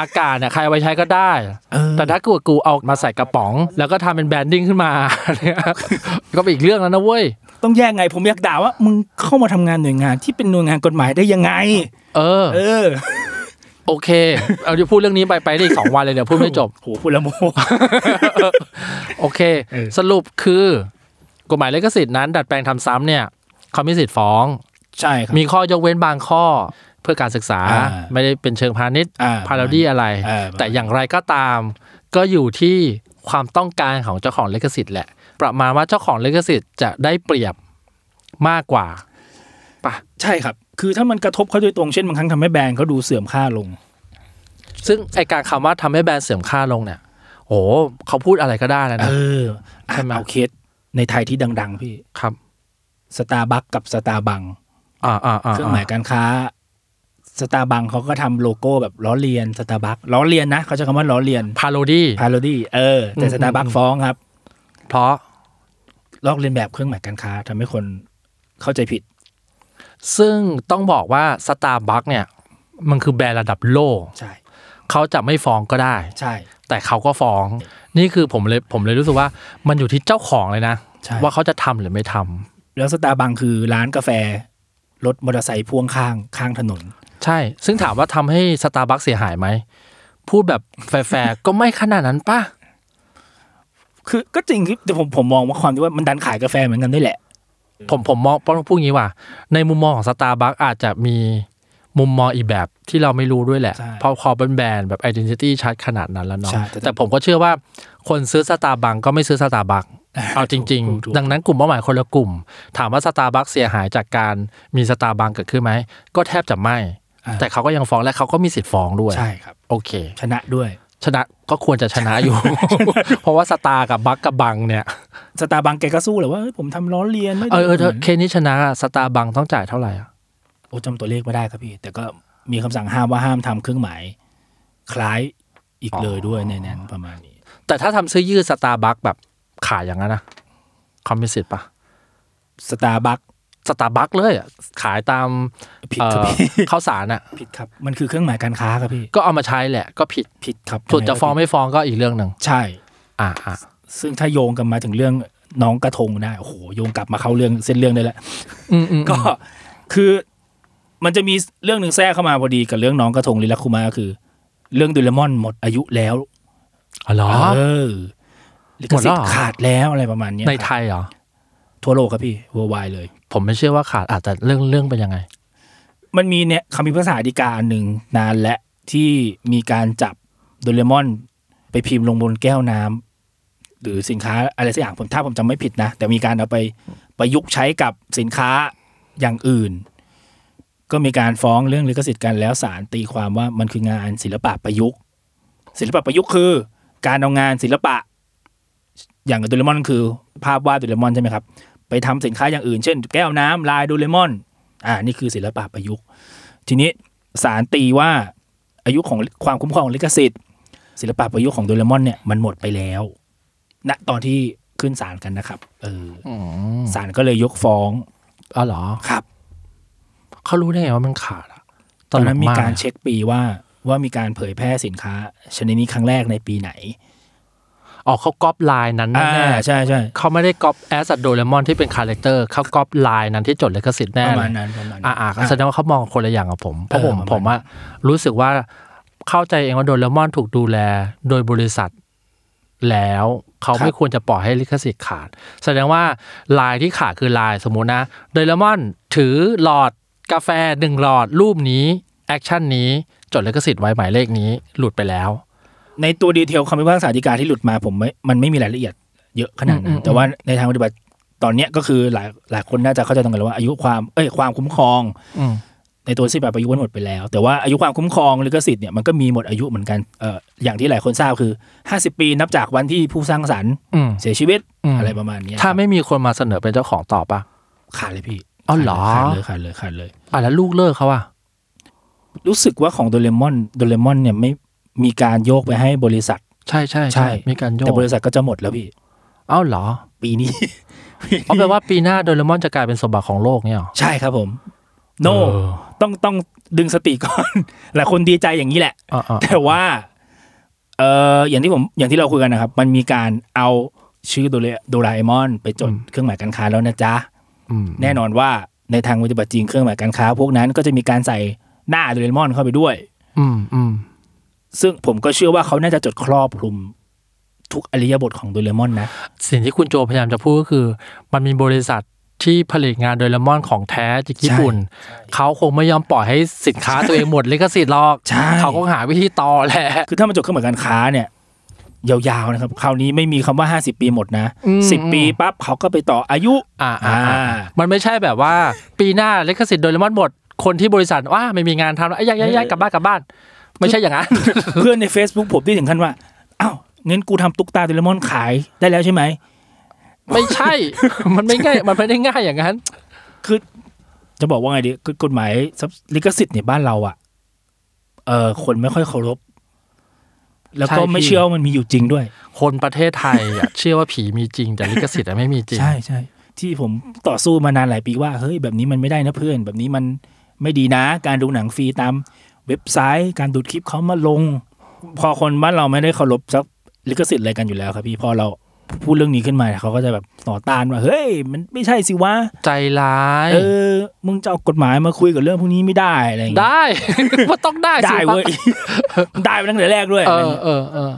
C: อากาศเนี่ยใครเอาไปใช้ก็ได้
B: เออ
C: แต่ถ้ากูกูเอามาใส่กระป๋อง แล้วก็ทำเป็นแบรนดิ้งขึ้นมา [LAUGHS] เนี่ยก็เป็นอีกเรื่องแล้วนะเว้ย
B: ต้องแยกไง ผมอยากด่าว่ามึงเข้ามาทำงานหน่วยงานที่เป็นหน่วยงานกฎหมายได้ยังไง
C: เออ
B: เออ
C: โอเค เอาเดี๋ยวพูดเรื่องนี้ไปไปได้อีกสองวันเลยเดี๋ยวพูดไม่จบ
B: โหพูด
C: [LAUGHS]
B: และโม
C: โอเค
B: เออ
C: สรุปคือกฎหมายลิขสิทธิ์นั้น ดัดแปลงทำซ้ำเนี่ยเขามีสิทธิ์ฟ้อง
B: ใช่ครับ
C: มีข้อยกเว้นบางข้อเพื่อการศึกษา
B: อ่า
C: ไม่ได้เป็นเชิงพาณิชย์
B: อ่
C: พาราดี้อะไร
B: เออ
C: แต่อย่างไรก็ตาม ก็อยู่ที่ความต้องการของเจ้าของลิขสิทธิ์แหละ ประมาณว่าเจ้าของลิขสิทธิ์จะได้เปรียบมากกว่า
B: ใช่ครับ คือถ้ามันกระทบเขาโดยตรงเช่นบางครั้งทำให้แบรนด์เขาดูเสื่อมค่าลง
C: ซึ่งไอการคำว่าทำให้แบรนด์เสื่อมค่าลงเนี่ย โอ้โหเขาพูดอะไรก็ได้แล้ว
B: เอ
C: นะ
B: อ
C: ใช่ไหม
B: เอาเคสในไทยที่ดัง ๆ พี่
C: ครับ
B: สตาร์บัคกับสตาร์บัง
C: อ่าอ่าอ่า
B: เครื่องหมายการค้าสตาร์บัคเขาก็ทำโลโก้แบบล้อเลียนสตาร์บัคล้อเลียนนะเขาใช้คำว่าล้อเลียน
C: พาโรดี้
B: พาโรดี้เออ แต่
C: อืม
B: สตาร์บัค
C: อืม
B: ฟ้องครับ
C: เพราะ
B: ลอกเลียนแบบเครื่องหมายการค้าทำให้คนเข้าใจผิด
C: ซึ่งต้องบอกว่าสตาร์บัคเนี่ยมันคือแบรนด์ระดับโลก
B: ใช่
C: เขาจะไม่ฟ้องก็ได้
B: ใช่
C: แต่เขาก็ฟ้อง นี่คือผมเลยผมเลยรู้สึกว่ามันอยู่ที่เจ้าของเลยนะ
B: ใช่
C: ว่าเขาจะทำหรือไม่ทำ
B: แล้วสตาร์บังคือร้านกาแฟ รถมอเตอร์ไซค์พ่วงข้างข้างถนน
C: ใช่ ซึ่งถามว่าทำให้สตาร์บัคเสียหายไหม พูดแบบแฟร์ๆ ก็ไม่ขนาดนั้นป่ะ
B: คือก็จริงที่แต่ผมผมมองว่าความที่ว่ามันดันขายกาแฟเหมือนกันด้วยแหละ
C: ผมผมมองป้องพูดงี้ว่า ในมุมมองของสตาร์บัคอาจจะมีมุมมองอีกแบบที่เราไม่รู้ด้วยแหละ
B: ใช่
C: พอพอเป็นแบรนด์แบบ identity ชัดขนาดนั้นแล้วเนาะ
B: ใช่แต่
C: แต่ผมก็เชื่อว่าคนซื้อสตาร์บัคก็ไม่ซื้อสตาร์บั
B: [LAUGHS]
C: คเอาจริง
B: ถูกถูก
C: ๆ ดังนั้นกลุ่มเป้าหมายคนละกลุ่ม ถามว่าสตาร์บัคเสียหายจากการมีสตาร์บัคเกิดขึ้นไหม ก็แทบจะไม่ แต่เขาก็ยังฟ้องและเขาก็มีสิทธิ์ฟ้องด้วย
B: ใช่ครับ
C: โอเค
B: ชนะด้วย
C: ชนะก็ควรจะชนะ
B: [LAUGHS]
C: อยู่ เพราะว่าสตาร์กับบัคกับบังเนี่ย
B: สตาร์บังแกก็สู้แหละว่าเฮ้ยผมทำล้อเลียนไม่ได้
C: เออเออเธอเคสนี้ชนะสตาร์บังต้องจ่ายเท่าไหร่อะ
B: โอ้จำตัวเลขไม่ได้ครับพี่ แต่ก็มีคำสั่งห้ามว่าห้ามทำเครื่องหมาย คล้ายอีกเลยด้วยในนั้นประมาณนี้
C: แต่ถ้าทำเสื้อยืดสตาร์บัคแบบขายอย่างนั้นนะคอมมิสิตปะ
B: สตาร์บัค
C: สตาร์บัคเลยอะขายตาม
B: ผิดครับ
C: เอ่อ
B: พี่ [LAUGHS]
C: ข้าวสารอ่ะ
B: ผิดครับ มันคือเครื่องหมายการค้าครับพี่
C: ก็เอามาใช้แหละก็ผิด
B: ผิดครับ
C: ส่วนจะฟ้อง
B: ยังงก็ผิ
C: ไม่ฟ้องก็อีกเรื่องหนึ่ง
B: ดใช่
C: อ่าอ่า
B: ซึ่งถ้าโยงกลันมาถึงเรื่องน้องกระทงได้โอ้โหโยงกลับมาเข้าเรื่องเส้นเรื่องได้แล้ว
C: อืมอืม
B: ก็คือมันจะมีเรื่องหนึ่งแทรกเข้ามาพอดีกับเรื่องน้องกระทงลิลาคุมาก็คือ เรื่องดูเลมอนหมดอายุแล้ว
C: อ๋อเหรอ
B: เออลิขสิท
C: หมดแล้วเหร
B: ธิ์
C: อ
B: ขาดแล้วอะไรประมาณเนี้ย
C: ใน
B: ค
C: ไท
B: รับ
C: ยเหรอ
B: ทั่วโลกครับพี่ w o r l d w i d e เลย
C: ผมไม่เชื่อว่าขาดอาจจะแต่เรื่องเรื่องเป็นยังไง
B: มันมีเนี่ยคำพิพากษาฎีกาอันหนึ่งนานและที่มีการจับโดเรมอนไปพิมพ์ลงบนแก้วน้ำหรือสินค้าอะไรสักอย่างผมถ้าผมจำไม่ผิดนะ แต่มีการเอาไปประยุกต์ใช้กับสินค้าอย่างอื่น ก็มีการฟ้องเรื่องลิขสิทธิ์กันแล้วศาลตีความว่ามันคืองานศิลปะประยุกต์ ศิลปะประยุกต์คือ การเอางานศิลปะ อย่างโดเรมอนคือ ภาพวาดโดเรมอนใช่ไหมครับไปทำสินค้าอย่างอื่น เช่น แก้วน้ำลายโดเรมอน อ่านี่คือศิลปะประยุกต์ ทีนี้ศาลตีว่าอายุของความคุ้มครองลิขสิทธิ์ ศิลปะประยุกต์ของโดเรมอนเนี่ยมันหมดไปแล้วณตอนที่ขึ้นศาลกันนะครับ เออ
C: อืม
B: ศาลก็เลยยกฟ้อง
C: อ๋อเหรอ
B: ครับ
C: เขารู้ได้ไงว่ามันขาดอะ
B: ตอนนั้นมี
C: ล
B: การเช็คปีว่าว่ามีการเผยแพร่สินค้า ชนิดนี้ครั้งแรกในปีไหน
C: อ๋อเขาก๊อปไลน์นั้น
B: อ่า
C: แน่
B: ใช่ใช่
C: ๆเขาไม่ได้ก๊อปแอสโดเรมอนที่เป็นคาแรคเตอร์เขาก๊อปไลน์นั้นที่จดลิขสิทธิ์แน่
B: ประ
C: เล
B: มาณ
C: ย
B: นั้นประมาณนั้น
C: อ่าอ่าแสดงว่าเขามองคนละอย่างกับผมเพราะ
B: เอ
C: ผ
B: อ
C: ม
B: ประมาณ
C: ผมอะรู้สึกว่าเข้าใจเองว่าโดเรมอนถูกดูแลโดยบริษัทแล้วเขาไม่ควรจะปล่อยให้ลิขสิทธิ์ขาด แสดงว่าลายที่ขาดคือลายสมมุตินะโดเรมอนถือหลอดกาแฟหนึ่งหลอดรูปนี้แอคชั่นนี้จดลิขสิทธิ์ไว้หมายเลขนี้หลุดไปแล้ว
B: ในตัวดีเทลคำพิพากษาฎีกาที่หลุดมาผมไม่มันไม่มีรายละเอียดเยอะขนาดนั้
C: อืม
B: น
C: อืม
B: แต่ว่าในทางปฏิบัติตอนเนี้ยก็คือหลายหลายคนน่าจะเข้าใจตรงกันแล้วว่าอายุความเอ้ยความคุ้มครอง
C: อืม
B: ในตัวสิบแปดประยุกต์มันหมดไปแล้ว แต่ว่าอายุความคุ้มครองลิขสิทธิ์เนี่ยมันก็มีหมดอายุเหมือนกันเอ่ออย่างที่หลายคนทราบคือ 50 ปีนับจากวันที่ผู้สร้างสรรค์
C: อืม
B: เสียชีวิต
C: อืม
B: อะไรประมาณเนี้ย
C: ถ้าไม่มีคนมาเสนอเป็นเจ้าของต่อปะ
B: ขาดเลยพี่
C: อ๋อเหรอ
B: ขาดเลยขาดเลยขาดเลย
C: อ่ะแล้วลูกเลิกเขาอะ
B: รู้สึกว่าของโดเรมอนโดเรมอนเนี่ยไม่มีการโยกไปให้บริษัท
C: ใช่ใช่
B: ใช่
C: มีการโย
B: แต่
C: ก
B: บริษัทก็จะหมดแล้วพี่
C: เอ้าเหรอ
B: ปีนี้
C: [LAUGHS] เพราะแปลว่าปีหน้าโดเรมอนจะกลายเป็นสมบัติของโลกเนี่ยเหรอ
B: ใช่ครับผม โน no,
C: เออ
B: ต้องต้องดึงสติก่อน [LAUGHS] หลายคนดีใจอย่างนี้แหละ
C: อ่ะอ่ะ
B: [LAUGHS] แต่ว่าเอออย่างที่ผมอย่างที่เราคุยกันนะครับ มันมีการเอาชื่อโดเรโดราเอมอน ไปจดเครื่องหมายการค้าแล้วนะจ๊ะ
C: อืม
B: แน่นอนว่าในทางปฏิบัติจริงเครื่องหมายการค้า พวกนั้นก็จะมีการใส่หน้าโดเรมอนเข้าไปด้วย
C: อืมอืม
B: ซึ่งผมก็เชื่อว่าเขาน่าจะจดครอบคลุมทุกอริยบทของโดเรมอนนะ
C: สิ่งที่คุณโจพยายามจะพูดก็คือ มันมีบริษัทที่ผลิตงานโดเรมอนของแท้จากญี่ปุ่น เขาคงไม่ยอมปล่อยให้สินค้าตัวเองหมดลิขสิทธิ์หรอก
B: ใช่
C: เขาก็หาวิธีต่อแหละ
B: คือถ้ามันจดเครื่องหมายการค้าเนี่ย ยาวๆนะครับ คราวนี้ไม่มีคำว่า 50 ปีหมดนะ
C: อืม
B: สิบปีปั๊บเขาก็ไปต่ออายุ
C: อ่าอ่าอ่า
B: อ่า
C: มันไม่ใช่แบบว่าปีหน้าลิขสิทธิ์โดเรมอนหมดคนที่บริษัทว่าไม่มีงานทำแล้วไอ้ยย้ายย้ายย้ายกลับบ้านกลับบ้าน ไม่ใช่อย่างนั้น [LAUGHS]
B: เพื่อนใน Facebook ผมที่ถึงขั้นว่าอ้าวงั้นกูทำตุ๊กตาโดเรมอนขายได้แล้วใช่ไหม
C: ไม่ใช่ [LAUGHS] มันไม่ง่ายมันไม่ได้ง่ายอย่างนั้น
B: คือจะบอกว่าไงดีคือกฎหมายทรัพย์ลิขสิทธิ์ในบ้านเราอะเออคนไม่ค่อยเคารพ แล้วก็
C: ใช่พี่
B: ไม่เชื่อว่ามันมีอยู่จริงด้วย
C: คนประเทศไทยอะเชื่อว่าผีมีจริงแต่ลิขสิทธิ์อะไม่มีจริง
B: ใช่ใช่ ที่ผมต่อสู้มานานหลายปีว่าเฮ้ยแบบนี้มันไม่ได้นะเพื่อน แบบนี้มันไม่ดีนะ การดูหนังฟรีตามเว็บไซต์ การดูดคลิปเขามาลง พอคนบ้านเราไม่ได้เคารพสักลิขสิทธิ์อะไรกันอยู่แล้วครับพี่พอเราพูดเรื่องนี้ขึ้นมาเขาก็จะแบบต่อต้านว่าเฮ้ย มันไม่ใช่สิวะ
C: ใจร้าย
B: เออมึงจะเอากฎหมายมาคุยกับเรื่องพวกนี้ไม่ได้อะไรอย่างเงี้ย
C: ได้ ว่าต้องได้สิ
B: ได้เว้ย ได้มาตั้งแต่แรกด้วย
C: เอ
B: อะไร
C: อ
B: เงี้ย
C: เออเออ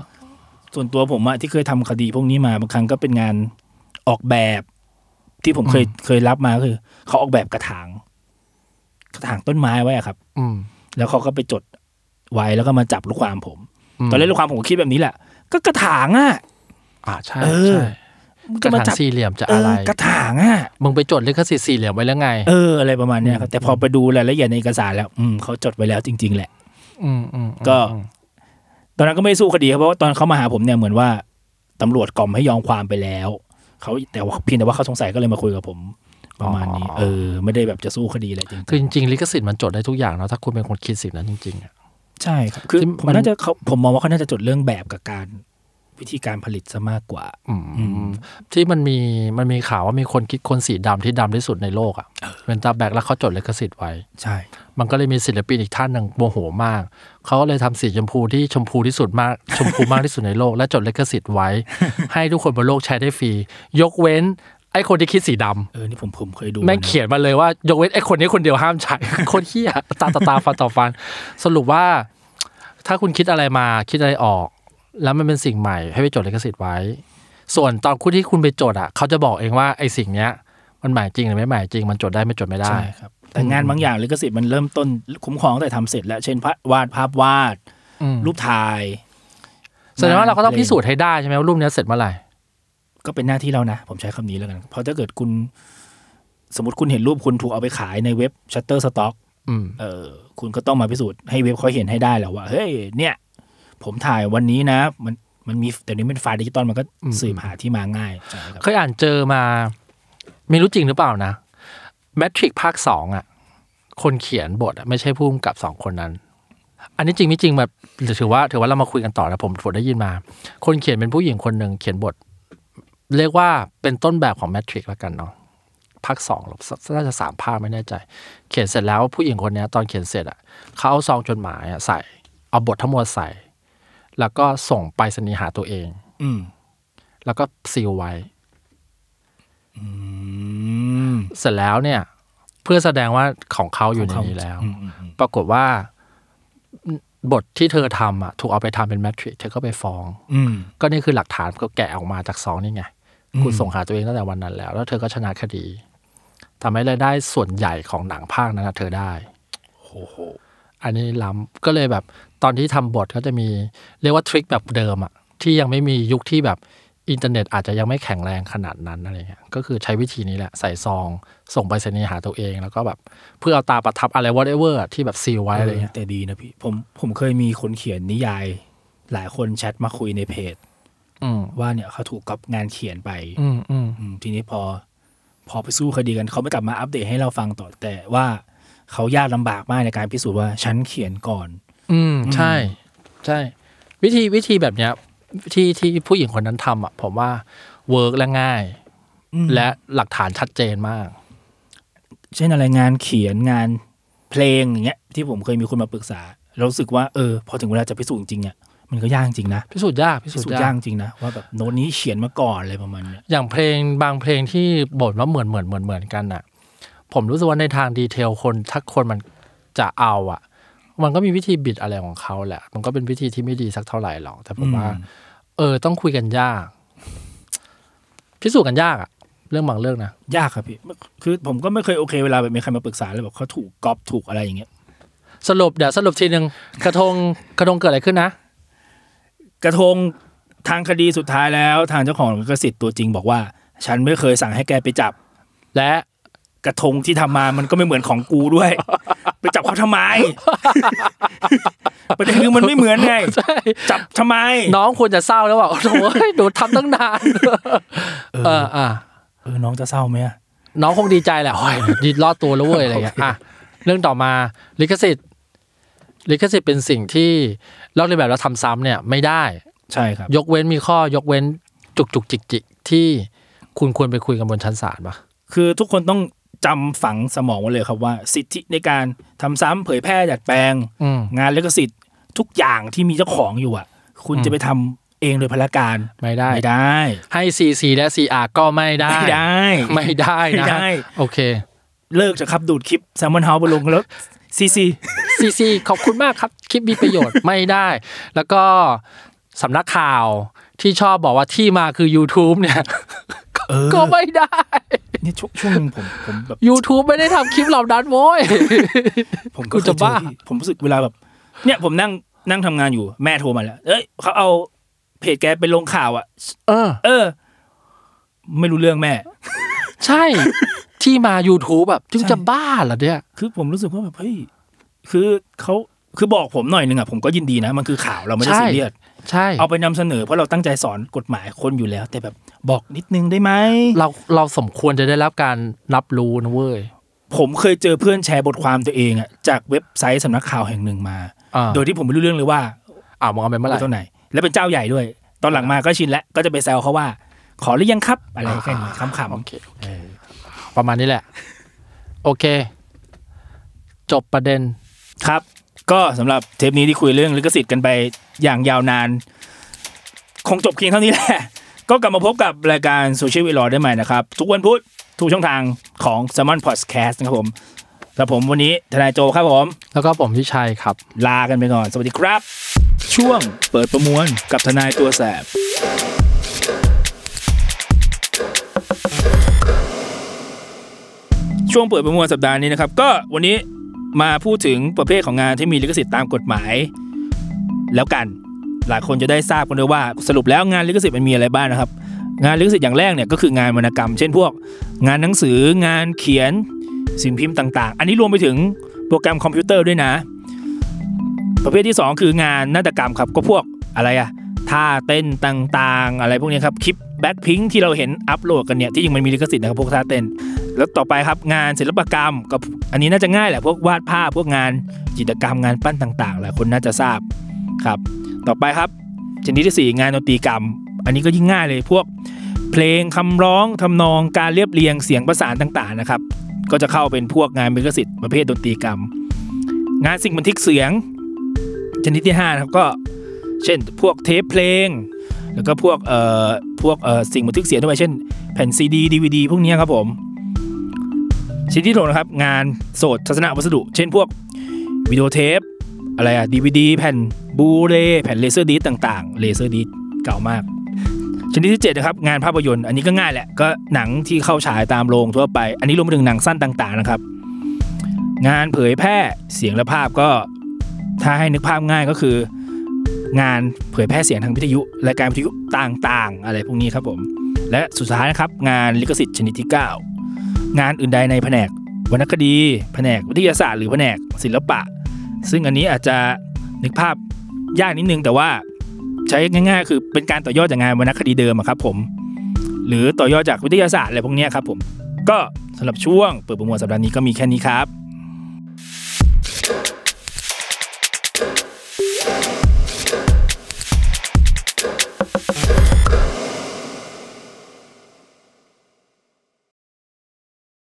B: ส่วนตัวผมอะที่เคยทำคดีพวกนี้มาบางครั้งก็เป็นงานออกแบบที่ผมเคยเคยรับมาก็คือเขาออกแบบกระถาง กระถางต้นไม้ไว้อะครับ
C: อืม
B: แล้วเขาก็ไปจดไว้แล้วก็มาจับลูกความผม
C: ม
B: ตอนแรกลูกความผมก็คิดแบบนี้แหละ ก็กระถางอะ
C: อ่าใช่
B: เออ
C: ใช่
B: มึง
C: กระ
B: จะมา
C: ถาง
B: จับ
C: สี่เหลี่ยมจะ
B: เอ
C: อะไร
B: อกระถางอะ
C: มึงไปจดลิขสิทธิ์สี่เหลี่ยมไว้แล้วไง
B: เอออะไรประมาณเนี้ยครับ แต่พอไปดูรายละเอียดในเอกสารแล้ว อืมเขาจดไว้แล้วจริง ๆ แหละ
C: อืมอืม
B: ก็ ตอนนั้นก็ไม่ได้สู้คดีครับเพราะว่าตอนเขามาหาผมเนี่ยเหมือนว่าตำรวจกล่อมให้ยอมความไปแล้วเขาแต่ว่าเพียงแต่ว่าเขาสงสัยก็เลยมาคุยกับผม ประมาณนี้ เออ ไม่ได้แบบจะสู้คดีอะไรจริง
C: คือจริงๆลิขสิทธิ์มันจดได้ทุกอย่างเนาะถ้าคุณเป็นคนคิดสิ่งนั้นจริงๆอะ
B: ๆใช่ครับคือ
C: ที่
B: ผม
C: มัน
B: น่าจะเขาผมมองว่าเขาน่าจะจดเรื่องแบบกับการวิธีการผลิตซะมากกว่า
C: อืมที่มันมีมันมีข่าวว่ามีคนคิดคนสีดำที่ดำที่สุดในโลกอะ่ะเป็นตาแบกแล้วเขาจดลิขสิทธิ์ไว้
B: ใช่
C: มันก็เลยมีศิลปินอีกท่านหนึ่งโมโหมาก เขาก็เลยทำสีชมพูที่ชมพูที่สุดมาก ชมพูมากที่สุดในโลก และจดลิขสิทธิ์ไว้
B: [LAUGHS]
C: ให้ทุกคนบนโลกใช้ได้ฟรี ยกเว้น ไอ้คนที่คิดสีดำ
B: เออนี่ผมผมเคยดู
C: แม่ง
B: นะ
C: เขียนมาเลยว่ายกเว้นไอ้คนนี้คนเดียวห้ามใช้ [LAUGHS] คนเหี้ยตาต่อตาฟันต่อฟัน สรุปว่า ถ้าคุณคิดอะไรมาคิดอะไรออก แล้วมันเป็นสิ่งใหม่ให้ไปจดลิขสิทธิ์ไว้ ส่วนตอนคุณที่คุณไปจดอ่ะ เขาจะบอกเองว่าไอ้สิ่งเนี้ย มันหมายจริงหรือไม่หมายจริง มันจดได้ไม่จดไม่ได้
B: ใช่ครับ แต่งานบางอย่างลิขสิทธิ์มันเริ่มต้นคุ้มครองตั้งแต่ทำเสร็จแล้วเช่นภาพวาดภาพวาด
C: อืม
B: รูปถ่าย
C: แสดงว่าเราก็ต้องพิสูจน์ให้ได้ใช่ไหมว่ารูปเนี้ยเสร็จเมื่อไหร่
B: ก็เป็นหน้าที่เรานะ ผมใช้คำนี้แล้วกันเพราะถ้าเกิดคุณ สมมติคุณเห็นรูปคุณถูกเอาไปขายในเว็บ Shutterstock
C: อืม
B: เออคุณก็ต้องมาพิสูจน์ให้เว็บเขาเห็นให้ได้แหล้วว่า เฮ้ยเนี่ย ผมถ่ายวันนี้นะ มันมันมีแต่นี้เป็นไฟล์ดิจิตอลมันก็
C: อืม
B: สืบหาที่มาง่ายใช่ครับ
C: เคยอ่านเจอมา ไม่รู้จริงหรือเปล่านะแมทริกภาคสองอ่ะ คนเขียนบทอะไม่ใช่ผู้กำกับสองคนนั้น อันนี้จริงไม่จริงแบบถือว่า ถือว่าเรามาคุยกันต่อนะผมผมได้ยินมา คนเขียนเป็นผู้หญิงคนหนึ่งเขียนบท เรียกว่าเป็นต้นแบบของแมทริกแล้วกันเนาะภาคสองหรือน่าจะสามภาคไม่แน่ใจ เขียนเสร็จแล้วผู้หญิงคนเนี้ยตอนเขียนเสร็จอ่ะเขาเอาซองจดหมายอะใส่ เอาบททั้งหมดใส่ แล้วก็ส่งไปสนีย์หาตัวเอง
B: อืม
C: แล้วก็ซีลไว้
B: อืม
C: เสร็จแล้วเนี่ย เพื่อแสดงว่าของเขาอยู่ในนี้แล้ว
B: อืมอืมอืม
C: ปรากฏว่าบทที่เธอทำอ่ะถูกเอาไปทำเป็นแมทริกเธอก็ไปฟ้อง
B: อืม
C: ก็นี่คือหลักฐานก็แกะออกมาจากซองนี่ไง
B: อืม
C: คุณส่งหาตัวเองตั้งแต่วันนั้นแล้ว แล้วเธอก็ชนะคดีทำให้รายได้ส่วนใหญ่ของหนังภาคนั้นนะเธอได้
B: โอ้โห
C: อันนี้ล้ำก็เลยแบบตอนที่ทำบทก็จะมีเรียกว่าทริคแบบเดิมอะที่ยังไม่มียุคที่แบบอินเทอร์เน็ตอาจจะยังไม่แข็งแรงขนาดนั้นอะไรเงี้ยก็คือใช้วิธีนี้แหละ ใส่ซอง ส่งไปเสนีย์หาตัวเองแล้วก็แบบ เพื่อเอาตาประทับอะไร whatever อะที่แบบซีลไว้อะไรเงี้ย
B: แต่ดีนะพี่ผมผมเคยมีคนเขียนนิยาย หลายคนแชทมาคุยในเพจ
C: อืม
B: ว่าเนี่ยเขาถูกก๊อปงานเขียนไป
C: อืมอืม
B: อืมทีนี้พอ พอไปสู้คดีกันเขาไม่กลับมาอัปเดตให้เราฟังต่อแต่ว่าเขายากลำบากมากในการพิสูจน์ว่าฉันเขียนก่อน
C: อืมใช่ ใช่ วิธีวิธีแบบเนี้ยที่ที่ผู้หญิงคนนั้นทำอ่ะผมว่าเวิร์กและง่าย
B: อืม
C: และหลักฐานชัดเจนมาก
B: เช่นอะไรงานเขียนงานเพลงอย่างเงี้ยที่ผมเคยมีคนมาปรึกษาเรารู้สึกว่าเออพอถึงเวลาจะพิสูจน์จริงๆอ่ะมันก็ยากจริงนะ
C: พิสูจน์ยากพิ
B: พิ
C: สูจ
B: สูจน์ยาย
C: น์าก ก
B: จริงนะว่าแบบโน้ตนี้เขียนมาก่อนอะไรประมาณเนี้ย
C: อย่างเพลงบางเพลงที่บ่นว่าเหมือนเหมือนเหมือนเหมือนกันน่ะ ผมรู้สึกว่าในทางดีเทลคนถ้าคนมันจะเอาอ่ะ มันก็มีวิธีบิดอะไรของเขาแหละ มันก็เป็นวิธีที่ไม่ดีสักเท่าไหร่หรอก แต่ผมว่า เออ ต้องคุยกันยาก พิสูจน์กันยากอะเรื่องบางเรื่องนะ
B: ยากครับพี่คือผมก็ไม่เคยโอเคเวลาแบบมีใครมาปรึกษาแล้วแบบเขาถูกก๊อปถูกอะไรอย่างเงี้ย
C: สรุปเดี๋ยวสรุปทีหนึ่งกระทงกระทงเกิดอะไรขึ้นนะ
B: กระทงทางคดีสุดท้ายแล้ว ทางเจ้าของลิขสิทธิ์ตัวจริงบอกว่า ฉันไม่เคยสั่งให้แกไปจับ
C: และ
B: กระทงที่ทำมามันก็ไม่เหมือนของกู [LAUGHS] ด้วย ไปจับเขาทำไม [LAUGHS] ประเด็นคือมันไม่เหมือนไง [LAUGHS]
C: ใช่
B: จับทำไม
C: น้องควรจะเศร้าแล้วว่าโอ้โหหนูทำตั้งนานเอออ่ะ
B: เออน้องจะเศร้าไหมอะ
C: น้องคงดีใจแหละโอ้ยดีรอดตัวแล้วเว้ยอะไรอย่างเงี้ยอ่ะเรื่องต่อมาลิขสิทธิ์ ลิขสิทธิ์เป็นสิ่งที่ลอกเลียนแบบแล้วทำซ้ำเนี่ยไม่ได้
B: ใช่ครับ
C: ยกเว้นมีข้อยกเว้นจุกจุกจิกจิกที่ คุณควรไปคุยกันบนชั้นศาลปะ
B: คือทุกคนต้องจำฝังสมองไว้เลยครับว่า สิทธิในการทำซ้ำเผยแพร่ดัดแปลง
C: อืม
B: งานลิขสิทธิ์ทุกอย่างที่มีเจ้าของอยู่อ่ะ คุณ
C: อืม
B: จะไปทำเองโดยพลการ
C: ไม่ได้
B: ไม่ได้
C: ให้ CC และ CR ก็ไม่ได้
B: ไม่ได้
C: ไม่ได้
B: ไม่
C: นะ
B: ได้
C: โอเค
B: เลิกจะขับดูดคลิปแซมมอนเฮาไปลงแล้วซี [LAUGHS] ซี
C: CC ขอบคุณมากครับ คลิปมีประโยชน์ ไม่ได้ แล้วก็สำนักข่าวที่ชอบบอกว่าที่มาคือ YouTube เนี่ย
B: เออ
C: ก็ไม่ได้
B: นี่ช่วงช่วงหนึงผมผมแบบ
C: YouTube ไม่ได้ทำคลิปเหล่านั้นโว้ย
B: ผมก็
C: กู
B: เคย
C: จะ
B: เจ
C: บ้า
B: อที่ผมรู้สึกเวลาแบบ เนี่ยผมนั่งนั่งทำงานอยู่แม่โทรมาแล้ว เอ้ยเขาเอาเพจแกไปลงข่าวอ่ะ
C: เออ
B: เออ ไม่รู้เรื่องแม่
C: ใช่ ที่มา YouTube แบบจึงจะบ้าเหรอเนี่ย
B: คือผมรู้สึกว่าแบบเฮ้ยคือเขาคือบอกผมหน่อยหนึ่งอ่ะผมก็ยินดีนะ มันคือข่าวเราไม่ได้
C: ใช่
B: ซีเรียส
C: ใช่
B: เอาไปนำเสนอเพราะเราตั้งใจสอนกฎหมายคนอยู่แล้ว แต่แบบบอกนิดนึงได้ไหม
C: เราเราสมควรจะได้รับการรับรู้นะเว้ย
B: ผมเคยเจอเพื่อนแชร์บทความตัวเองอ่ะจากเว็บไซต์สำนักข่าวแห่งหนึ่งมา
C: อ่า
B: โดยที่ผมไม่รู้เรื่องเลยว่า
C: อ่าวมองเอาไปเมื่อไหร่
B: ตัวไหน แล้วเป็นเจ้าใหญ่ด้วย ตอนหลังมาก็ชินแล้ว ก็จะไปแซวเขาว่า ขอหรือยังครับ อะไรแค่นี้คำข
C: โอเคโอเค ประมาณนี้แหละ โอเค จบประเด็น
B: ำครับ ก็สำหรับเทปนี้ที่คุยเรื่องลิขสิทธิ์กันไปอย่างยาวนาน คงจบเพียงเท่านี้แหละ [LAUGHS] ก็กลับมาพบกับรายการโซเชียลวีลอได้ใหม่นะครับ ทุกวันพุธทุกช่องทางของ s ซ m o n Podcast นะครับผมแล้วผมวันนี้ทนายโจครับผม
C: แล้วก็ผมพิชัยครับ
B: ลากันไปก่อน สวัสดีครับ ช่วงเปิดประมวลกับทนายตัวแสบช่วงเปิดประมวลสัปดาห์นี้นะครับ ก็วันนี้มาพูดถึงประเภทของงานที่มีลิขสิทธิ์ตามกฎหมาย แล้วกันหลายคนจะได้ทราบกันด้วยว่าสรุปแล้วงานลิขสิทธิ์มันมีอะไรบ้างนะครับ งานลิขสิทธิ์อย่างแรกเนี่ยก็คืองานวรรณกรรม เช่นพวก งานหนังสืองานเขียนสิ่งพิมพ์ต่าง ๆ อันนี้รวมไปถึงโปรแกรมคอมพิวเตอร์ด้วยนะ ประเภทที่ 2 คืองานนาฏกรรมครับก็พวกอะไรอะท่าเต้นต่างๆ อะไรพวกนี้ครับคลิปแบ็คพิงที่เราเห็นอัพโหลดกันเนี่ยที่จริงมันมีลิขสิทธิ์นะครับพวกท่าเต้น แล้วต่อไปครับงานศิลปกรรมกับอันนี้น่าจะง่ายแหละพวกวาดภาพพวกงานจิตรกรรมงานปั้นต่างๆหลายคนน่าจะทราบครับ ต่อไปครับชนิดที่สี่งานดนตรีกรรม อันนี้ก็ยิ่งง่ายเลยพวก เพลงคำร้องทำนองการเรียบเรียงเสียงประสานต่างๆนะครับก็จะเข้าเป็นพวกงานลิขสิทธิ์ประเภทดนตรีกรรม งานสิ่งบันทึกเสียง ชนิดที่5นะครับก็เช่นพวกเทปเพลง แล้วก็พวกเอ่อพวกเอ่อสิ่งบันทึกเสียงด้วยเช่น แผ่นซีดีดีวดีพวกเนี้ยครับผมชนิดที่หกนะครับ งานโสดศาสนาวัสดุ เช่นพวกวิดีโอเทปอะไรอะดีวดีแผ่นบูเรแผ่นเลเซอร์ดีต่างๆเลเซอร์ดีเก่ามาก ชนิดที่เจ็ดนะครับงานภาพยนตร์อันนี้ก็ง่ายแหละก็หนังที่เข้าฉายตามโรงทั่วไป อันนี้รวมไปถึงหนังสั้นต่างๆนะครับ งานเผยแพร่เสียงและภาพก็ ถ้าให้นึกภาพง่ายก็คือ งานเผยแพร่เสียงทางวิทยุรายการวิทยุต่างๆ อะไรพวกนี้ครับผม และสุดท้ายนะครับ งานลิขสิทธิ์ชนิดที่ 9 งานอื่นใดในแผนกวรรณคดี แผนกวิทยาศาสตร์หรือแผนกศิลปะ ซึ่งอันนี้อาจจะนึกภาพยากนิดนึง แต่ว่าใช้ง่ายๆ คือเป็นการต่อยอดจากงานวรรณคดีเดิมอะครับผม หรือต่อยอดจากวิทยาศาสตร์อะไรพวกเนี้ยครับผมก็สำหรับช่วงเปิดประมวลสัปดาห์นี้ก็มีแค่นี้ครับ